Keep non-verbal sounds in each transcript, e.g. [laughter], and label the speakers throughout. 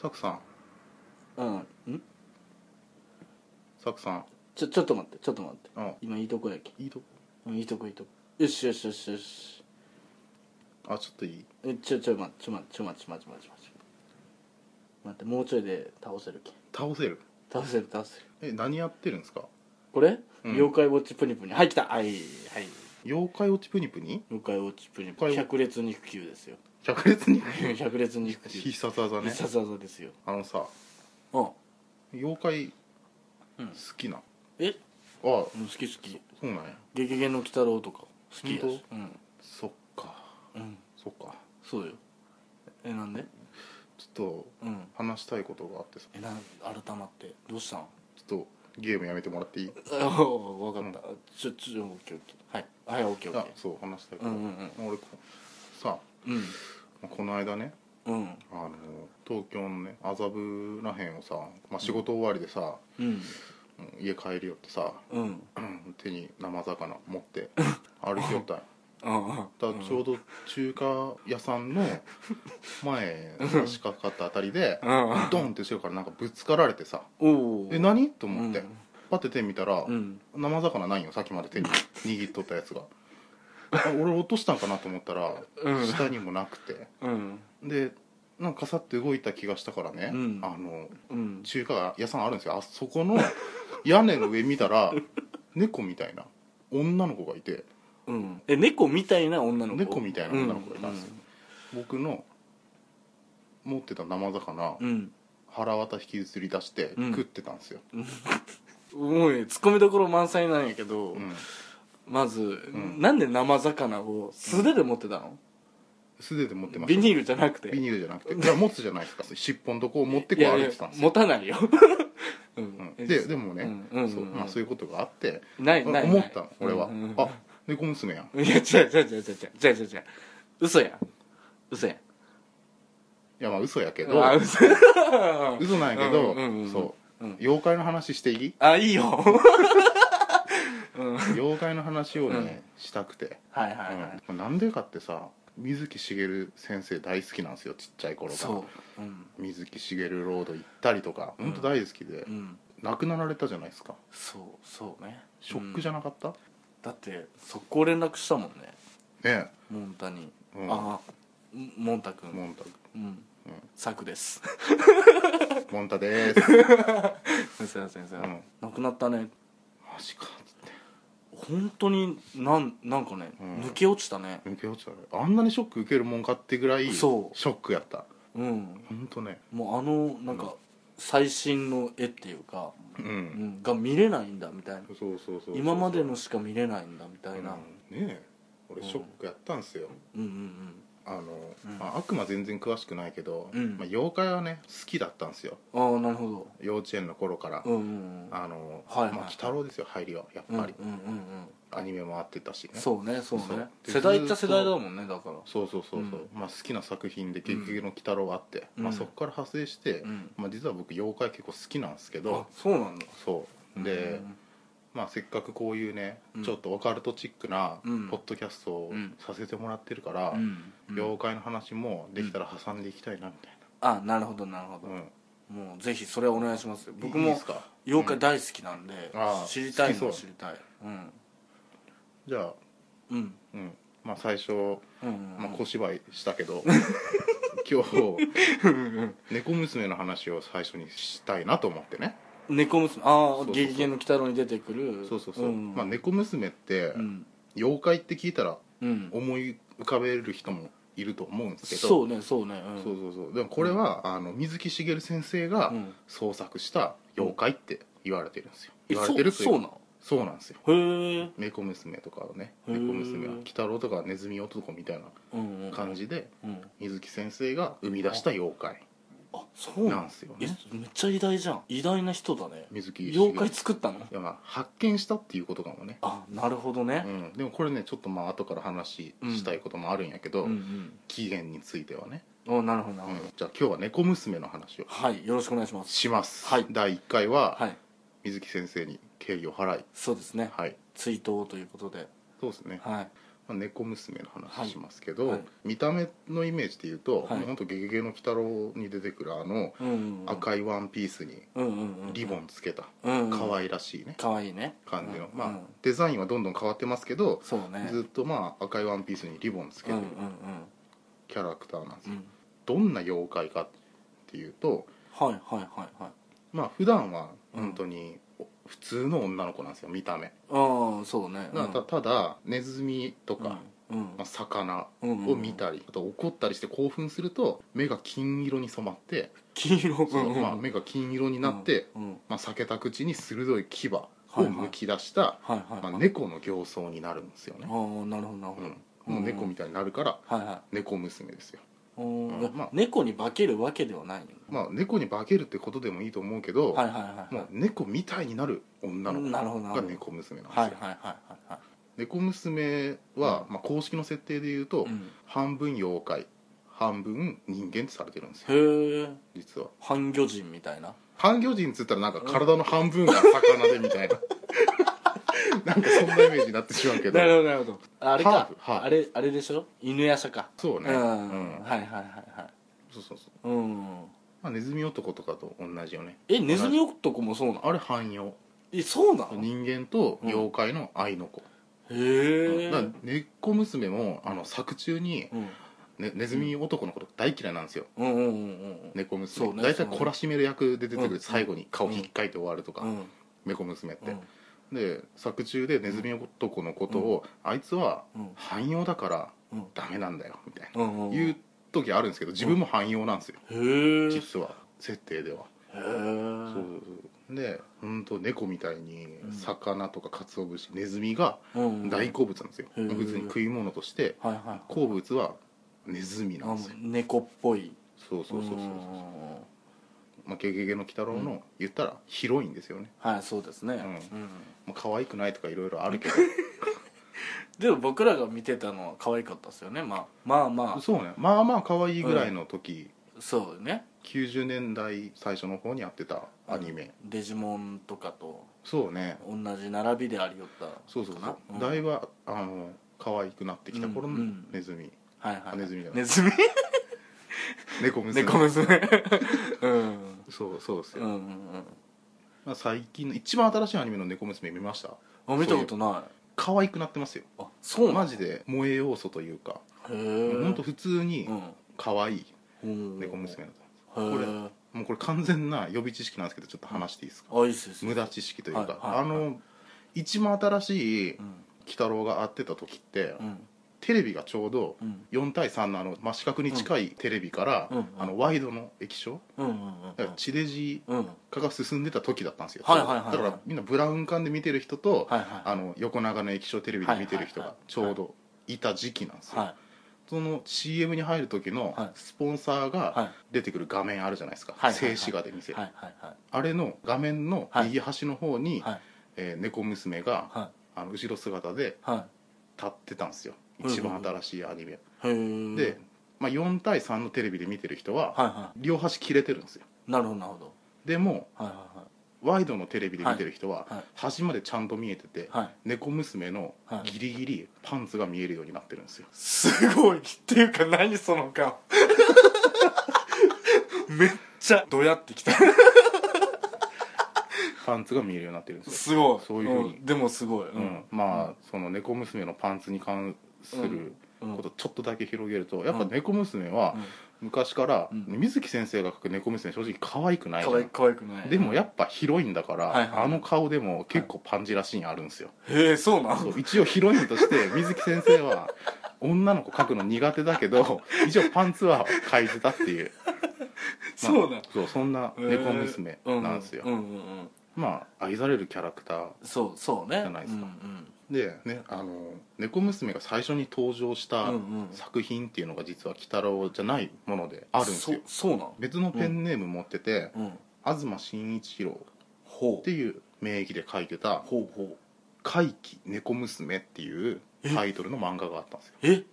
Speaker 1: サクさん
Speaker 2: うんん
Speaker 1: サクさん
Speaker 2: ちょちょっと待ってちょっと待って
Speaker 1: あ
Speaker 2: 今いいとこやき
Speaker 1: いいとこ
Speaker 2: うんいいとこいいとこよしよしよしよし
Speaker 1: あちょっといい
Speaker 2: えちょちょ待ってちょ待ってちょ待ってちょ待ってちょ待って待ってもうちょいで倒せるけ
Speaker 1: 倒せる
Speaker 2: 倒せる倒せる
Speaker 1: え何やってるんですか
Speaker 2: これ、
Speaker 1: うん
Speaker 2: 妖怪ウォッチプニプニはい来たはいはい
Speaker 1: 妖怪落ちプニプニ
Speaker 2: 妖怪ウォッチプニプ
Speaker 1: これ
Speaker 2: ニ百列肉球です [laughs] よ
Speaker 1: 百列に
Speaker 2: 百列肉球
Speaker 1: 必殺技ね
Speaker 2: 必殺技ですよ
Speaker 1: あのさ
Speaker 2: あ
Speaker 1: 妖怪
Speaker 2: う
Speaker 1: 好
Speaker 2: ん
Speaker 1: きな、
Speaker 2: え
Speaker 1: あ
Speaker 2: うん好き好き
Speaker 1: そうなんや
Speaker 2: 「ゲゲゲの鬼太郎」とか好きやし
Speaker 1: 本
Speaker 2: うん
Speaker 1: そっか
Speaker 2: うん
Speaker 1: そっか
Speaker 2: そうよえなんで
Speaker 1: ちょっと
Speaker 2: うん
Speaker 1: 話したいことがあってさ
Speaker 2: えなん改まってどうしたん
Speaker 1: ちょっとゲームやめてもらっていい
Speaker 2: あ分かった、ちょちょオッケーオッケーはいはいオッケーオッ
Speaker 1: あ
Speaker 2: ケー
Speaker 1: そう話したいこ
Speaker 2: う
Speaker 1: と、
Speaker 2: んうん
Speaker 1: 俺こさ
Speaker 2: うん
Speaker 1: まあこの間ね
Speaker 2: うんうん
Speaker 1: あの東京のね麻布らへんをさ、まあ、仕事終わりでさ、
Speaker 2: うん
Speaker 1: うん家帰りよってさ、
Speaker 2: うん
Speaker 1: うん手に生魚持って歩きよ
Speaker 2: [laughs]
Speaker 1: ったんよ
Speaker 2: ああ
Speaker 1: だからちょうど中華屋さ
Speaker 2: [laughs]
Speaker 1: んの前差し掛かったあたりで
Speaker 2: あ
Speaker 1: ドンって後ろからなんかぶつかられてさ
Speaker 2: お
Speaker 1: 「
Speaker 2: お
Speaker 1: え何?」と思って、
Speaker 2: うん
Speaker 1: パッて手見たら、
Speaker 2: うん
Speaker 1: 生魚ないんよさっきまで手に握っとったやつがあ俺落としたんかなと思ったら、
Speaker 2: うん
Speaker 1: 下にもなくて
Speaker 2: うん
Speaker 1: でなんかさって動いた気がしたからね、
Speaker 2: うん
Speaker 1: あの
Speaker 2: うん
Speaker 1: 中華屋さんあるんですよあそこの屋根の上見た
Speaker 2: [laughs]
Speaker 1: ら猫みたいな女の子がいて
Speaker 2: うんえ猫みたいな女の子
Speaker 1: 猫みたいな女の子がいたんですよ、僕の持ってた生魚、
Speaker 2: うん
Speaker 1: 腹渡引きずり出して
Speaker 2: うん
Speaker 1: 食ってたんですよ、
Speaker 2: うんもうねツッコミどころ満載なんやけど、
Speaker 1: うん
Speaker 2: まず、
Speaker 1: ん
Speaker 2: なんで生魚を素手で持ってたの、
Speaker 1: 素手で持ってまし
Speaker 2: ビ
Speaker 1: た
Speaker 2: ニールじゃなくて
Speaker 1: ビニールじゃなくていや持つじゃないですか尻尾のとこを持ってこう
Speaker 2: い
Speaker 1: 歩
Speaker 2: や
Speaker 1: い
Speaker 2: い
Speaker 1: てた
Speaker 2: や
Speaker 1: んですよ
Speaker 2: 持たないよ、う
Speaker 1: うん
Speaker 2: ん
Speaker 1: ででもね、
Speaker 2: うんうん
Speaker 1: そうまあ、そういうことがあって
Speaker 2: ないない
Speaker 1: 思ったの俺は、
Speaker 2: うんうんうん
Speaker 1: あ猫娘やん
Speaker 2: いや違う違う違う違う違う違う違う嘘や嘘や
Speaker 1: いやまあ嘘やけど
Speaker 2: あ嘘
Speaker 1: [laughs] 嘘なんやけど、
Speaker 2: うんうんうん
Speaker 1: そう、
Speaker 2: うん
Speaker 1: 妖怪の話していい
Speaker 2: あいいようんはい
Speaker 1: 妖怪の話をね、したくて、
Speaker 2: はい
Speaker 1: うん
Speaker 2: は
Speaker 1: これなんでかってさ水木しげる先生大好きなんですよちっちゃい頃
Speaker 2: い
Speaker 1: から
Speaker 2: そううん
Speaker 1: 水木しげるロード行ったりとか本当大好きで、
Speaker 2: うん
Speaker 1: 亡くなられたじゃないですか
Speaker 2: そうそうね
Speaker 1: ショックじ
Speaker 2: ゃ、
Speaker 1: ゃなかった、
Speaker 2: うんだって速攻連絡したもんね
Speaker 1: ね
Speaker 2: モンタに、
Speaker 1: え、うん、
Speaker 2: ああんモンタ君
Speaker 1: モンタ
Speaker 2: うん
Speaker 1: うん
Speaker 2: サクです [laughs]
Speaker 1: モンタでーす
Speaker 2: すいませんすいませ
Speaker 1: うん
Speaker 2: ん亡くなったね
Speaker 1: マジかっつって
Speaker 2: 本当になんなんかね、
Speaker 1: うん
Speaker 2: 抜け落ちたね
Speaker 1: 抜け落ちたねあんなにショック受けるもんかってぐらいショ
Speaker 2: そう
Speaker 1: ックやった
Speaker 2: うん
Speaker 1: 本当ね
Speaker 2: もうあのなん
Speaker 1: うん
Speaker 2: か最新の絵っていうか、
Speaker 1: うん、
Speaker 2: うん、が見れないんだみたいな
Speaker 1: そうそうそうそう
Speaker 2: 今までのしか見れないんだみたいな、
Speaker 1: うんねえ俺ショックやったんすよ、
Speaker 2: うん、うん
Speaker 1: あの、
Speaker 2: うん
Speaker 1: まあ、悪魔全然詳しくないけど、
Speaker 2: うん
Speaker 1: まあ、妖怪はね好きだったんすよ
Speaker 2: うんうんああなるほど
Speaker 1: 幼稚園の頃から、
Speaker 2: うんうんうん
Speaker 1: あの、
Speaker 2: はいはい
Speaker 1: まあ鬼太郎ですよ入りはやっ
Speaker 2: うんうん
Speaker 1: ぱ
Speaker 2: うん
Speaker 1: り、アニメもあってたしね
Speaker 2: うんそうねそうね
Speaker 1: そうで
Speaker 2: 世代っちゃ世代だもんねだから
Speaker 1: そうそうそうそう、まあ、好きな作品で「ゲゲゲの鬼太郎」あって、
Speaker 2: うん
Speaker 1: まあ、そこから派生して、
Speaker 2: うん
Speaker 1: まあ、実は僕妖怪結構好きなんですけ
Speaker 2: あ
Speaker 1: ど
Speaker 2: そうなんだ
Speaker 1: そうで、まあ、せっかくこういうね、
Speaker 2: うん
Speaker 1: ちょっとオカルトチックな
Speaker 2: うん
Speaker 1: ポッドキャストを
Speaker 2: うん
Speaker 1: させてもらってるから、
Speaker 2: うんうん
Speaker 1: 妖怪の話もできたら挟んでいきたいなみたい
Speaker 2: あなるほどなるほど
Speaker 1: な、うん
Speaker 2: もうぜひそれお願いします僕
Speaker 1: いいで
Speaker 2: も
Speaker 1: すか
Speaker 2: 妖怪大好きなんで
Speaker 1: うんああ
Speaker 2: 知りたいの
Speaker 1: 好
Speaker 2: は
Speaker 1: きそう
Speaker 2: 知りたいうん
Speaker 1: じゃあ、
Speaker 2: うん
Speaker 1: うんまあ、最初、
Speaker 2: うんうんうん
Speaker 1: まあ、小芝居したけど、今
Speaker 2: [laughs]
Speaker 1: 日猫娘の話を最初にしたいなと思ってね
Speaker 2: 猫娘あ
Speaker 1: そう
Speaker 2: あ
Speaker 1: そう
Speaker 2: 「ゲゲゲの鬼太郎」に出てくる
Speaker 1: そうそうそう、
Speaker 2: ん
Speaker 1: まあ、猫娘って、
Speaker 2: うん
Speaker 1: 妖怪って聞いたら
Speaker 2: うん
Speaker 1: 思い浮かべる人もいると思うんですけど
Speaker 2: そうねそうねうん
Speaker 1: そうそうそうでもこれは、あの水木しげる先生が
Speaker 2: うん
Speaker 1: 創作した妖怪って言われてるんですよ、
Speaker 2: え
Speaker 1: 言われてるとい
Speaker 2: そううそうなの
Speaker 1: そうなんですよ
Speaker 2: へえ
Speaker 1: 猫娘とかはね
Speaker 2: へー
Speaker 1: 猫娘は鬼太郎とかネズミ男みたいな
Speaker 2: うんうん
Speaker 1: 感じで
Speaker 2: うん
Speaker 1: 水木先生が生み出した妖怪
Speaker 2: あそう
Speaker 1: な
Speaker 2: なんん
Speaker 1: ですよ
Speaker 2: え
Speaker 1: ね
Speaker 2: めっちゃ偉大じゃん偉大な人だね
Speaker 1: 水木しげる
Speaker 2: 妖怪作ったの
Speaker 1: いやまあ発見したっていうことかもね、
Speaker 2: あなるほど
Speaker 1: う
Speaker 2: ね
Speaker 1: ん、でもこれねちょっとまあ後から話したいこともあるんやけど、
Speaker 2: うん
Speaker 1: 起源についてはね、
Speaker 2: うんおなるほどなる
Speaker 1: う
Speaker 2: ほど
Speaker 1: んじゃあ今日は猫娘の話を
Speaker 2: はいよろしくお願いします
Speaker 1: します、
Speaker 2: はい
Speaker 1: 第1回は、
Speaker 2: はい
Speaker 1: 水木先生に敬意を払い
Speaker 2: そうですね
Speaker 1: はい
Speaker 2: 追悼ということで
Speaker 1: そうですね
Speaker 2: はい
Speaker 1: まあ猫娘の話しますけど、
Speaker 2: はいはい
Speaker 1: 見た目のイメージで言うと、
Speaker 2: はい
Speaker 1: ほんとゲゲゲの鬼太郎」に出てくるあの
Speaker 2: うんうんうん
Speaker 1: 赤いワンピースに
Speaker 2: うんうんうん
Speaker 1: リボンつけた
Speaker 2: うんうん
Speaker 1: 可愛らしいね
Speaker 2: かわいいね
Speaker 1: 感じの、ま
Speaker 2: うんう
Speaker 1: あ
Speaker 2: ん
Speaker 1: デザインはどんどん変わってますけど
Speaker 2: そうね
Speaker 1: ずっとまあ赤いワンピースにリボンつけ
Speaker 2: うん
Speaker 1: て
Speaker 2: う
Speaker 1: る
Speaker 2: ん
Speaker 1: キャラクターなんです
Speaker 2: うんう
Speaker 1: よ
Speaker 2: ん
Speaker 1: どんな妖怪かっていうと
Speaker 2: はいはいはいはい
Speaker 1: まあ普段は本当に普通の女の子なんですよ見た目
Speaker 2: ああそうね
Speaker 1: だからたただネズミとか、
Speaker 2: うん
Speaker 1: まあ、魚
Speaker 2: うんうんうん
Speaker 1: を見たりあと怒ったりして興奮すると目が金色に染まって、
Speaker 2: 黄色
Speaker 1: その
Speaker 2: うんうん
Speaker 1: まあ、目が金色になって、
Speaker 2: うん
Speaker 1: まあ、裂けた口に鋭い牙を
Speaker 2: いはい
Speaker 1: むき出した、
Speaker 2: はいはいはい
Speaker 1: まあ、猫の形相になるんですよね
Speaker 2: あ、あなるほどなるほ
Speaker 1: う
Speaker 2: ど
Speaker 1: ん、もう猫みたいになるから
Speaker 2: はいはい
Speaker 1: 猫娘ですよ
Speaker 2: うん
Speaker 1: うんまあ
Speaker 2: 猫に化けるわけではないよね
Speaker 1: まあ猫に化けるってことでもいいと思うけど、
Speaker 2: はいはいはい
Speaker 1: もう猫みたいになる女の
Speaker 2: うん
Speaker 1: 子
Speaker 2: なるほどなるほ
Speaker 1: が
Speaker 2: ど
Speaker 1: 猫娘なんですよ、
Speaker 2: はいはいはいはいはい
Speaker 1: 猫娘は、
Speaker 2: う
Speaker 1: まあ、公式の設定で言うと、
Speaker 2: うん
Speaker 1: 半分妖怪半分人間ってされてるんですよ
Speaker 2: へえ
Speaker 1: 実は
Speaker 2: 半魚人みたいな
Speaker 1: 半魚人っつったらなんか体の半分が魚でみたい
Speaker 2: [laughs]
Speaker 1: ななんかそんなイメージになってしまうけど
Speaker 2: ほどなるほどあれ
Speaker 1: ハー
Speaker 2: か
Speaker 1: フはい
Speaker 2: あれあれでしょ犬やさか
Speaker 1: そう
Speaker 2: う
Speaker 1: ね、
Speaker 2: ん
Speaker 1: うん
Speaker 2: はいはいはいはい
Speaker 1: そうそうそう、
Speaker 2: うん
Speaker 1: まあ、ネズミ男とかと同じよね
Speaker 2: えネズミ男もそうなの
Speaker 1: あれ汎用
Speaker 2: えそうなのへ
Speaker 1: 人間と妖怪の愛の子、
Speaker 2: え
Speaker 1: だから根っこ娘もあの作中に、
Speaker 2: うん
Speaker 1: ね、ネズミ男のこと大嫌いなんですよ
Speaker 2: うんうんうん
Speaker 1: 猫娘、
Speaker 2: そうね
Speaker 1: 大体
Speaker 2: そうね
Speaker 1: 懲らしめる役で出てく
Speaker 2: う
Speaker 1: る
Speaker 2: ん
Speaker 1: 最後に顔ひっかいて終わるとか、
Speaker 2: うんうん
Speaker 1: 猫娘って、
Speaker 2: うん
Speaker 1: で作中でネズミ男のことを、あいつは
Speaker 2: うん
Speaker 1: 汎用だから
Speaker 2: うん
Speaker 1: ダメなんだよみたいな、
Speaker 2: うんうん
Speaker 1: いう時あるんですけど自分も汎用なんですよ、
Speaker 2: へえへ
Speaker 1: 実は設定では、
Speaker 2: え
Speaker 1: そうそうそうで本当猫みたいに魚とか鰹節ネズミが
Speaker 2: うん
Speaker 1: 大好物なんですよ、
Speaker 2: へー
Speaker 1: 普通に食い物として
Speaker 2: はいはい
Speaker 1: 好物はネズミなんですよ、
Speaker 2: あ猫っぽい
Speaker 1: そうそうそうそう、
Speaker 2: ん
Speaker 1: まあ、ゲゲゲの鬼太郎の、言ったら広いんですよね、
Speaker 2: はいそうですね、
Speaker 1: う
Speaker 2: うん
Speaker 1: まあ、可愛くないとかいろいろあるけ
Speaker 2: でも僕らが見てたのは可愛かったですよねまあま [laughs] あま
Speaker 1: どそうねまあまあ可愛いぐらいの時、
Speaker 2: あそうね
Speaker 1: 90年代最初の方にやってたアニメ、
Speaker 2: デジモンとかと
Speaker 1: そうね
Speaker 2: 同じ並びでありよった
Speaker 1: そうそうそう、
Speaker 2: うん
Speaker 1: だいぶあの可愛くなってきた頃
Speaker 2: うんう
Speaker 1: の
Speaker 2: ん
Speaker 1: ネズミ、
Speaker 2: はいはい、は
Speaker 1: [laughs]
Speaker 2: い、
Speaker 1: ネズミじゃない
Speaker 2: ネズミ
Speaker 1: 猫娘
Speaker 2: [laughs]
Speaker 1: [laughs]
Speaker 2: 猫娘うん
Speaker 1: そうそうです
Speaker 2: う
Speaker 1: よ、
Speaker 2: んうんうん
Speaker 1: まあ、最近の一番新しいアニメの猫娘見ました
Speaker 2: あ見たことない
Speaker 1: 可愛くなってますよ
Speaker 2: あそうなの
Speaker 1: マジで萌え要素というか
Speaker 2: へえ
Speaker 1: 本当普通に可愛い
Speaker 2: うん
Speaker 1: 猫娘だった、
Speaker 2: へ
Speaker 1: これ
Speaker 2: え
Speaker 1: もうこれ完全な予備知識なんですけどちょっと話していいですか、
Speaker 2: あいいっすいいっす
Speaker 1: 無駄知識というか、
Speaker 2: はいはい
Speaker 1: あの一番新しい
Speaker 2: うん
Speaker 1: 鬼太郎が会ってた時って、
Speaker 2: うん
Speaker 1: テレビがちょうど
Speaker 2: うん
Speaker 1: 4対3のあの真四角に近いテレビから、
Speaker 2: うん
Speaker 1: あのワイドの液晶
Speaker 2: うんうん
Speaker 1: だから地デジ
Speaker 2: うんうんはい
Speaker 1: 化が進んでた時だったんですよ、
Speaker 2: はいはいはいはい
Speaker 1: だからみんなブラウン管で見てる人と、
Speaker 2: はい
Speaker 1: あの横長の液晶テレビで見てる人
Speaker 2: はい
Speaker 1: が
Speaker 2: はいはい
Speaker 1: ちょうどいた時期なんですよ、
Speaker 2: はい
Speaker 1: その CM に入る時の
Speaker 2: はい
Speaker 1: スポンサー
Speaker 2: は
Speaker 1: が
Speaker 2: い
Speaker 1: 出てくる画面あるじゃないですか、
Speaker 2: はいはい
Speaker 1: 静止画で見せる、
Speaker 2: はいはいは
Speaker 1: あれの画面の右端の方に、
Speaker 2: いはい
Speaker 1: えー猫娘が、
Speaker 2: は
Speaker 1: あの後ろ姿で
Speaker 2: いは
Speaker 1: 立ってたんですよ
Speaker 2: うん
Speaker 1: 一番新しいアニメ、
Speaker 2: いへえ
Speaker 1: で、まあ、4対3のテレビで見てる人は、
Speaker 2: はいは
Speaker 1: 両端切れてるんですよ
Speaker 2: いなるほどなるほど
Speaker 1: でも
Speaker 2: はいは
Speaker 1: ワイドのテレビで見てる人は、
Speaker 2: はいはい
Speaker 1: 端までちゃんと見えてて、
Speaker 2: いはいはい
Speaker 1: 猫娘の
Speaker 2: はい
Speaker 1: ギリギリパンツが見えるようになってるんですよ、
Speaker 2: すごいっていうか何その [laughs] 顔めっちゃドヤってきた
Speaker 1: パンツが見えるようになってるんですよ
Speaker 2: すごい
Speaker 1: そういうふうに
Speaker 2: んでもすごい
Speaker 1: うんまあ、その猫娘のパンツに関する
Speaker 2: うん
Speaker 1: ことをちょっとだけ広げるとやっぱ猫娘は昔から、
Speaker 2: うん
Speaker 1: 水木先生が描く猫娘正直可愛くないじ
Speaker 2: か
Speaker 1: ゃな
Speaker 2: わ
Speaker 1: い
Speaker 2: い可愛くない
Speaker 1: でもやっぱ広いんだから、
Speaker 2: はいはい
Speaker 1: あの顔でも結構パンジラシーンあるんですよ、
Speaker 2: へえそうな [laughs]
Speaker 1: そ
Speaker 2: の
Speaker 1: う一応ヒロインと
Speaker 2: [laughs]
Speaker 1: して水木先生は女の子描くの苦手だけど一応パンツは描いてたって
Speaker 2: [laughs]
Speaker 1: いう、まあ
Speaker 2: そうなの
Speaker 1: そうそんな猫娘なんですよ、
Speaker 2: うんうんうん
Speaker 1: まあ愛されるキャラクター
Speaker 2: そうそうね
Speaker 1: じゃないですか
Speaker 2: うん
Speaker 1: でねあの猫娘が最初に登場した
Speaker 2: うんうん
Speaker 1: 作品っていうのが実は鬼太郎じゃないもので
Speaker 2: あ
Speaker 1: あるんですよ
Speaker 2: そうなの
Speaker 1: 別のペンネーム持ってて、
Speaker 2: うん
Speaker 1: 東真一郎
Speaker 2: ほ
Speaker 1: っ
Speaker 2: う
Speaker 1: ていう名義で書いてた
Speaker 2: ほうほう
Speaker 1: 「怪奇猫娘」っていうタイトルの漫画があったんですよ
Speaker 2: え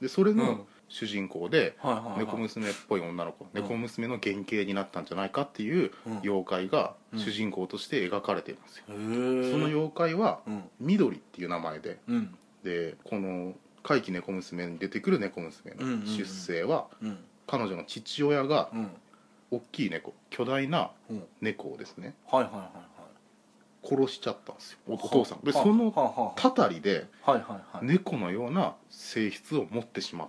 Speaker 1: でそれ
Speaker 2: うん
Speaker 1: の主人公で、
Speaker 2: はいはいはい
Speaker 1: 猫娘っぽい女の子、猫娘の原型になったんじゃないかっていう
Speaker 2: うん
Speaker 1: 妖怪が主人公として描かれてるんですよ、
Speaker 2: へえ
Speaker 1: その妖怪は
Speaker 2: うん
Speaker 1: 緑っていう名前で
Speaker 2: うん
Speaker 1: でこの怪奇猫娘に出てくる猫娘
Speaker 2: うんうん
Speaker 1: の
Speaker 2: うん
Speaker 1: 出生は
Speaker 2: うん
Speaker 1: 彼女の父親が
Speaker 2: うん
Speaker 1: 大きい猫巨大な
Speaker 2: うん
Speaker 1: 猫をですね
Speaker 2: はいはいはいはい
Speaker 1: 殺しちゃったんですよおお
Speaker 2: は
Speaker 1: 父さんで
Speaker 2: は
Speaker 1: その
Speaker 2: はは
Speaker 1: たたりで
Speaker 2: はいはいはい
Speaker 1: 猫のような性質を持ってしまう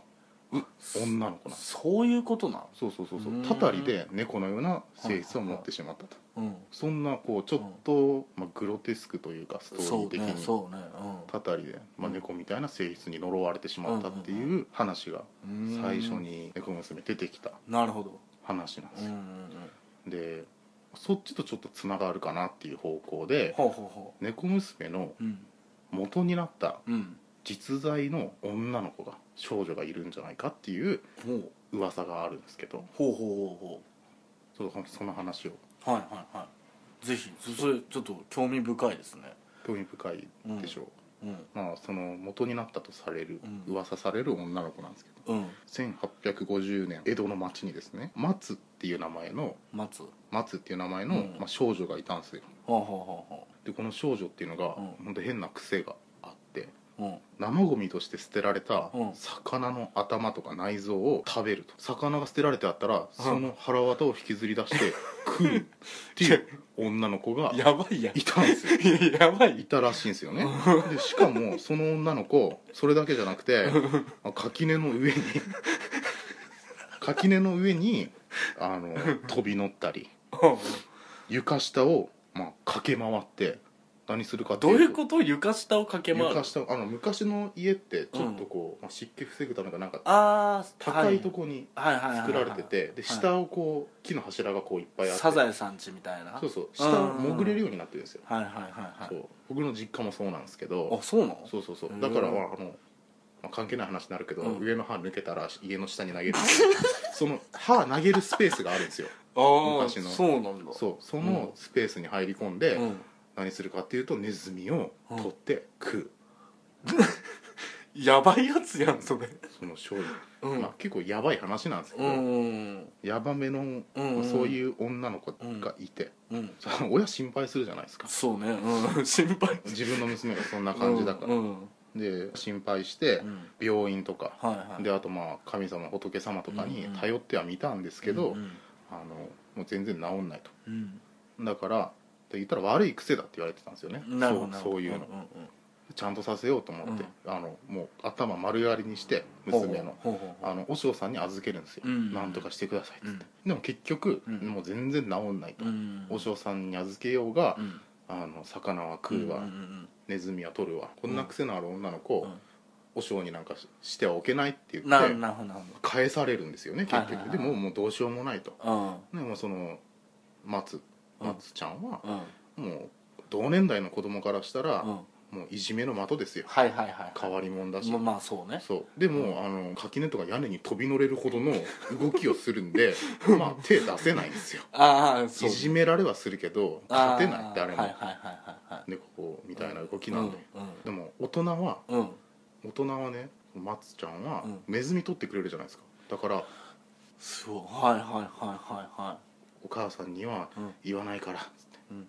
Speaker 1: 女の子なんです
Speaker 2: そういうことな
Speaker 1: そうそうそうそううんたたりで猫のような性質を持ってしまったと
Speaker 2: うん
Speaker 1: そんなこうちょっと、まあ、グロテスクというかストーリー
Speaker 2: そう
Speaker 1: 的
Speaker 2: ね
Speaker 1: に
Speaker 2: そうね
Speaker 1: たたりで、まあ、
Speaker 2: うん
Speaker 1: 猫みたいな性質に呪われてしまったって
Speaker 2: うん
Speaker 1: いう話が
Speaker 2: うん
Speaker 1: 最初に猫娘出てきた
Speaker 2: なるほど
Speaker 1: 話なんです
Speaker 2: うんう
Speaker 1: よ
Speaker 2: んうん
Speaker 1: でそっちとちょっとつながるかなっていう方向で
Speaker 2: ほうほうほ
Speaker 1: 猫娘の
Speaker 2: ううん
Speaker 1: 元になった
Speaker 2: うん
Speaker 1: 実在の女の子が少女がいるんじゃないかっていう
Speaker 2: ほう
Speaker 1: 噂があるんですけど
Speaker 2: ほうほうほうほ
Speaker 1: ちょっとその話を
Speaker 2: うはいはいはいぜひそそれちょっと興味深いですね
Speaker 1: 興味深いでしょう、
Speaker 2: うん
Speaker 1: まあその元になったとされる
Speaker 2: うん
Speaker 1: 噂される女の子なんですけど
Speaker 2: うん
Speaker 1: 1850年江戸の町にですね松っていう名前の
Speaker 2: 待つほ
Speaker 1: 松っていう名前の、
Speaker 2: うん
Speaker 1: まあ、少女がいたんですよ
Speaker 2: うほうほうほ
Speaker 1: でこの少女っていうのが、
Speaker 2: うん
Speaker 1: 本当変な癖があって
Speaker 2: ううん
Speaker 1: 生ゴミとして捨てられた
Speaker 2: うん
Speaker 1: 魚の頭とか内臓を食べると魚が捨てられてあったら
Speaker 2: うん
Speaker 1: その腹綿を引きずり出
Speaker 2: [laughs]
Speaker 1: して食うっていう女の子が
Speaker 2: やばいやん
Speaker 1: いたんですよ
Speaker 2: やば
Speaker 1: い
Speaker 2: い
Speaker 1: たらしいんですよねでしかもその女の子それだけじゃなくてあ垣根の上に垣根の上にあの飛び乗ったり床下を、まあ、駆け回って何するかって
Speaker 2: どう
Speaker 1: いうと
Speaker 2: いうこと床下を駆け回る
Speaker 1: 床下あの昔の家ってちょっとこう、まあ、湿気防ぐためかなんか
Speaker 2: ああ
Speaker 1: 高いとこに
Speaker 2: はいはいはいはい
Speaker 1: 作られててで下をこう木の柱がこういっぱいあって
Speaker 2: サザエさんちみたいな
Speaker 1: そうそう下を
Speaker 2: うんうんうん
Speaker 1: 潜れるようになってるんですよ
Speaker 2: はいはいはいはい
Speaker 1: そう僕の実家もそうなんですけ
Speaker 2: あ
Speaker 1: ど
Speaker 2: そうなの
Speaker 1: そうそうそう
Speaker 2: へー
Speaker 1: だからまああの、まあ関係ない話になるけど、
Speaker 2: うん
Speaker 1: 上の歯抜けたら家の下に投
Speaker 2: [laughs]
Speaker 1: げるその歯投げるスペースがあるんですよ
Speaker 2: ああ
Speaker 1: 昔の
Speaker 2: そうなんだ
Speaker 1: そうそのスペースに入り込んで、
Speaker 2: うん
Speaker 1: 何するかっていうとネズミを取って食う、
Speaker 2: やばいやつやんそれ
Speaker 1: その少女、
Speaker 2: うん
Speaker 1: まあ、結構やばい話なんですけ
Speaker 2: う
Speaker 1: ど、
Speaker 2: ん
Speaker 1: ヤバめの、
Speaker 2: うんうん
Speaker 1: そういう女の子がいて、
Speaker 2: うん
Speaker 1: その親心配するじゃないですか
Speaker 2: そうねうん心配
Speaker 1: 自分の娘がそんな感じだから、
Speaker 2: うん
Speaker 1: で心配して
Speaker 2: うん
Speaker 1: 病院とか、
Speaker 2: はいはい
Speaker 1: であとまあ神様仏様とかに
Speaker 2: うんうん
Speaker 1: 頼ってはみたんですけど、
Speaker 2: うん
Speaker 1: あのもう全然治んないと
Speaker 2: うん
Speaker 1: だからと言ったら悪い癖だって言われてたんですよね
Speaker 2: なるほどな
Speaker 1: そ
Speaker 2: る
Speaker 1: う
Speaker 2: ほ
Speaker 1: そ
Speaker 2: ど
Speaker 1: ういうの、
Speaker 2: んんん
Speaker 1: ちゃんとさせようと思って、あのもう頭丸やりにして娘の
Speaker 2: ほうほうほう
Speaker 1: あの和尚さんに預けるんですよ、
Speaker 2: うん
Speaker 1: なんとかしてくださいっつって、
Speaker 2: う
Speaker 1: でも結局、
Speaker 2: うん
Speaker 1: もう全然治んないと、
Speaker 2: うん
Speaker 1: 和尚さんに預けようが、
Speaker 2: うん
Speaker 1: あの魚は食うわ、
Speaker 2: うんうんうん
Speaker 1: ネズミは取るわこんな癖のある女の子を
Speaker 2: うん
Speaker 1: 和尚、になんかししてはおけないって言
Speaker 2: な
Speaker 1: っ
Speaker 2: る
Speaker 1: て
Speaker 2: なるほどなるほ
Speaker 1: 返されるんですよね結局、
Speaker 2: はいはいはい
Speaker 1: でももうどうしようもないと
Speaker 2: どうん
Speaker 1: でもうその松
Speaker 2: うん
Speaker 1: 松ちゃんは
Speaker 2: うん
Speaker 1: もう同年代の子供からしたら、
Speaker 2: うん
Speaker 1: もういじめの的ですよ
Speaker 2: はいはいはい
Speaker 1: 変わり者だし、
Speaker 2: まあまあそうね
Speaker 1: そうでも、あの垣根とか屋根に飛び乗れるほどの動きをするん
Speaker 2: [laughs]
Speaker 1: でまあ手出せないんですよ
Speaker 2: ああそう
Speaker 1: いじめられはするけど勝てない誰も、
Speaker 2: はいはいはいはいはい
Speaker 1: でここみたいな動きなんで、
Speaker 2: う
Speaker 1: でも大人は
Speaker 2: んうん
Speaker 1: 大人はね松ちゃんは
Speaker 2: うん
Speaker 1: ネズミ取ってくれるじゃないですかだから
Speaker 2: そうはいはいはいはいは
Speaker 1: お母さんには
Speaker 2: うん
Speaker 1: 言わないからっつって,、
Speaker 2: うん
Speaker 1: って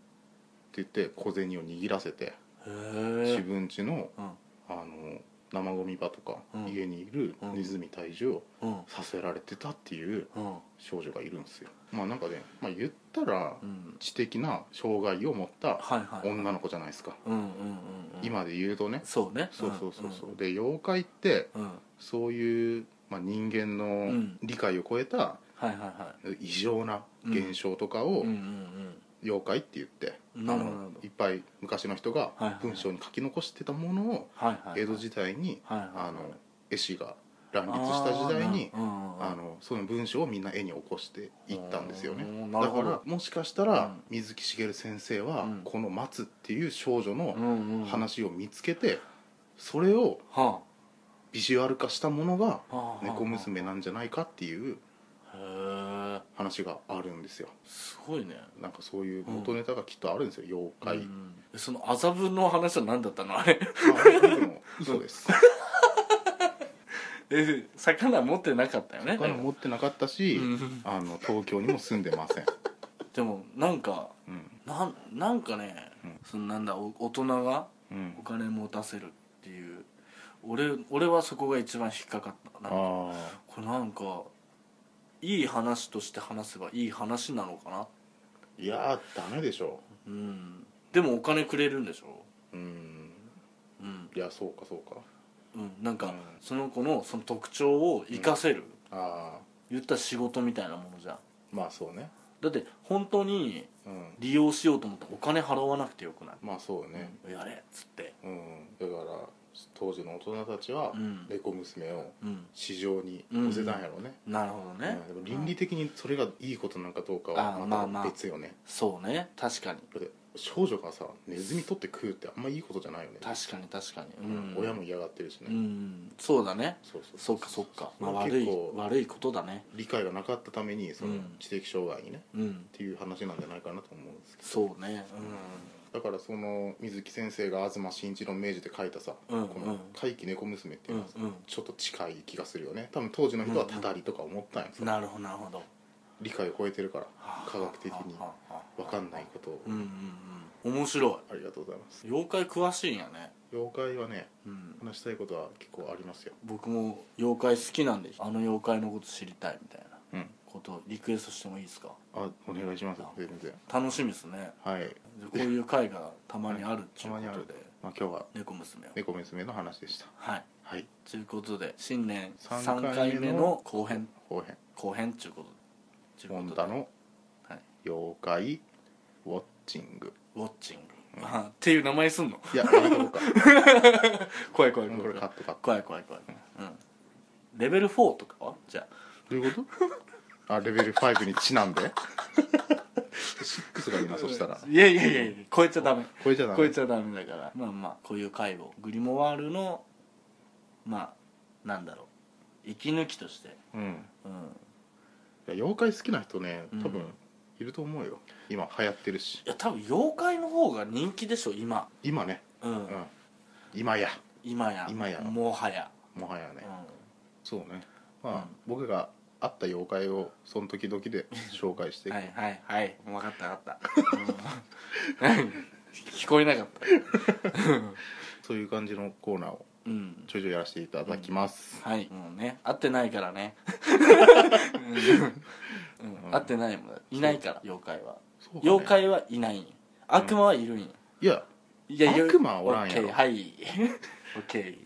Speaker 1: 言って小銭を握らせて
Speaker 2: いへ
Speaker 1: 自
Speaker 2: え
Speaker 1: 分家の
Speaker 2: うん
Speaker 1: あの生ゴミ場とか、
Speaker 2: うん
Speaker 1: 家にいるネズミ退治を
Speaker 2: うん
Speaker 1: させられてたっていう
Speaker 2: うん
Speaker 1: 少女がいるんですよまあなんかね、まあ、言ったら
Speaker 2: うん
Speaker 1: 知的な障害を持った
Speaker 2: はいはい
Speaker 1: 女の子じゃないですか、
Speaker 2: うんうんうんうん
Speaker 1: 今で言うとね
Speaker 2: そうね
Speaker 1: そうそうそうそうで妖怪って
Speaker 2: うんうん
Speaker 1: そういう、まあ、人間
Speaker 2: う
Speaker 1: の
Speaker 2: ん
Speaker 1: 理解を超えた
Speaker 2: はいはいは
Speaker 1: 異常な現象とかを
Speaker 2: いうんうん
Speaker 1: 妖怪って言って、
Speaker 2: うん
Speaker 1: あ
Speaker 2: なるほどなる
Speaker 1: の
Speaker 2: ほど
Speaker 1: いっぱい昔の人が
Speaker 2: はいはい
Speaker 1: 文章に書き残してたものを
Speaker 2: はいはいはい
Speaker 1: 江戸時代に
Speaker 2: はいはいはい
Speaker 1: あの絵師が乱立した時代に
Speaker 2: あーなうんうん
Speaker 1: あのその文章をみんな絵に起こしていったんですよね
Speaker 2: うんなる
Speaker 1: だ
Speaker 2: ほ
Speaker 1: か
Speaker 2: ど
Speaker 1: らもしかしたら
Speaker 2: うん
Speaker 1: 水木しげる先生は
Speaker 2: うん
Speaker 1: この「松」っていう少女の
Speaker 2: うんうん
Speaker 1: 話を見つけてそれを
Speaker 2: は
Speaker 1: ビジュアル化したものが
Speaker 2: あはあ
Speaker 1: 猫娘なんじゃないかっていう
Speaker 2: へえ
Speaker 1: 話があるんですよ
Speaker 2: すごいね
Speaker 1: なんかそういう元ネタがきっとあるんですよ妖怪
Speaker 2: うんえその麻布の話は何だったのあれ
Speaker 1: あれ僕の嘘
Speaker 2: [laughs]
Speaker 1: です
Speaker 2: え魚持ってなかったよね
Speaker 1: 他の持ってなかったし
Speaker 2: うん
Speaker 1: あの東京にも住んでません
Speaker 2: でもなんか
Speaker 1: うん
Speaker 2: なんなんかね、
Speaker 1: うん
Speaker 2: そのなんだお大人が
Speaker 1: うん
Speaker 2: お金持たせるっていう俺俺はそこが一番引っかかった [laughs] な
Speaker 1: あ
Speaker 2: これなんかいい話として話せばいい話なのかな
Speaker 1: あいやーダメでしょ
Speaker 2: うんでもお金くれるんでしょ
Speaker 1: うん
Speaker 2: うん、
Speaker 1: いやそうかそうか
Speaker 2: うん、なんか、
Speaker 1: うん
Speaker 2: その子のその特徴を活かせる、
Speaker 1: ああ
Speaker 2: 言ったら仕事みたいなものじゃん
Speaker 1: まあそうね
Speaker 2: だって本当に
Speaker 1: うん
Speaker 2: 利用しようと思ったらお金払わなくてよくない、
Speaker 1: まあそうね
Speaker 2: やれっつって
Speaker 1: うん、だから当時の大人たちは
Speaker 2: うん
Speaker 1: 猫娘を
Speaker 2: うん
Speaker 1: 市場に載せたんやろうね、
Speaker 2: なるほど
Speaker 1: うん
Speaker 2: ね、
Speaker 1: でも倫理的にそれがいいことなんかどうか
Speaker 2: あー
Speaker 1: は
Speaker 2: ま
Speaker 1: ま
Speaker 2: あまあ
Speaker 1: た別よね、
Speaker 2: そうね確かに
Speaker 1: だって少女がさネズミ取って食うってあんまいいことじゃないよね
Speaker 2: 確かに確かに、
Speaker 1: うん
Speaker 2: うん、
Speaker 1: 親も嫌がってるしね、
Speaker 2: うんそうだね
Speaker 1: そうそう
Speaker 2: そうかそうか、まあ、
Speaker 1: そ
Speaker 2: 悪
Speaker 1: れ
Speaker 2: い
Speaker 1: 結構
Speaker 2: 悪いことだね
Speaker 1: 理解がなかったためにその
Speaker 2: うん
Speaker 1: 知的障害にね、
Speaker 2: うん
Speaker 1: っていう話なんじゃないかなと思うんですけ
Speaker 2: そうね
Speaker 1: どだからその水木先生が東新一郎明治で書いたさ「
Speaker 2: うん
Speaker 1: こ
Speaker 2: うん
Speaker 1: の怪奇猫娘」っていうのはさ、
Speaker 2: うんうん
Speaker 1: ちょっと近い気がするよね多分当時の人はたたりとか思ったんや
Speaker 2: うんなるほどなるほど
Speaker 1: 理解を超えてるから科学的に
Speaker 2: はあはあ
Speaker 1: 分かんないことを
Speaker 2: うんうんうん面白
Speaker 1: ありがとうございます
Speaker 2: い妖怪詳しいんやね
Speaker 1: 妖怪はね
Speaker 2: うん
Speaker 1: 話したいことは結構ありますよ
Speaker 2: 僕も妖怪好きなんであの妖怪のこと知りたいみたいな
Speaker 1: うん
Speaker 2: ことをリクエストしてもいいですか
Speaker 1: あお願いします全然
Speaker 2: 楽しみですね
Speaker 1: はい
Speaker 2: でこういう回がたまにあるって
Speaker 1: た
Speaker 2: いう
Speaker 1: ま
Speaker 2: こと
Speaker 1: に
Speaker 2: で
Speaker 1: あるまあ今日は
Speaker 2: 猫娘を
Speaker 1: 猫娘の話でした
Speaker 2: はい
Speaker 1: はい
Speaker 2: ということで新年
Speaker 1: 三回目の
Speaker 2: 3回目の後編
Speaker 1: 後編
Speaker 2: 後編っていうことで
Speaker 1: モンダの
Speaker 2: はい
Speaker 1: 妖怪ウォッチング
Speaker 2: ウォッチング、あーっていう名前すんの [laughs]
Speaker 1: いややめとこうか
Speaker 2: 怖い怖い
Speaker 1: うんこ
Speaker 2: 怖
Speaker 1: れカッ
Speaker 2: い怖い
Speaker 1: トカット
Speaker 2: 怖い怖い怖い、うん、レベル4とかはじゃあ
Speaker 1: どういう
Speaker 2: [laughs]
Speaker 1: ことあレベル5にちなんで6がいいなそしたら
Speaker 2: いやいやいやいや超えちゃダメ
Speaker 1: これじゃダ
Speaker 2: 超え
Speaker 1: メ
Speaker 2: ちゃダメだからまあまあこういう回をグリモワールのまあなんだろう息抜きとして
Speaker 1: うん
Speaker 2: うん
Speaker 1: いや妖怪好きな人ね多
Speaker 2: うん
Speaker 1: 分いると思うよ今流行ってるし
Speaker 2: いや多分妖怪の方が人気でしょ今
Speaker 1: 今ね
Speaker 2: うん、
Speaker 1: うん今や
Speaker 2: 今や
Speaker 1: 今や
Speaker 2: もはや、
Speaker 1: もはやね
Speaker 2: う
Speaker 1: そうねまあ、
Speaker 2: うん
Speaker 1: 僕が会った妖怪をその時々
Speaker 2: [laughs]
Speaker 1: で紹介してい
Speaker 2: ん、
Speaker 1: く、
Speaker 2: はいはいはい分かった分かった、うん、 [laughs] 聞こえなかった
Speaker 1: そういう感じのコーナーを
Speaker 2: うん
Speaker 1: ちょいちょいやらせていただきます、
Speaker 2: はいもうね会ってないからね、うんうん、会ってないもんいないから妖怪は、
Speaker 1: そうかね
Speaker 2: 妖怪はいないん悪魔はいるん、
Speaker 1: いや
Speaker 2: いやよ
Speaker 1: 悪魔はおらんやろ
Speaker 2: [laughs] オッケーはいオッケ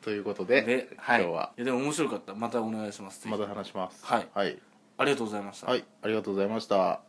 Speaker 1: ということ
Speaker 2: ー
Speaker 1: で
Speaker 2: で、はい、
Speaker 1: 今日はい
Speaker 2: やでも面白かったまたお願いしますぜひ
Speaker 1: また話します
Speaker 2: はい
Speaker 1: はい、
Speaker 2: ありがとうございました
Speaker 1: はい、ありがとうございました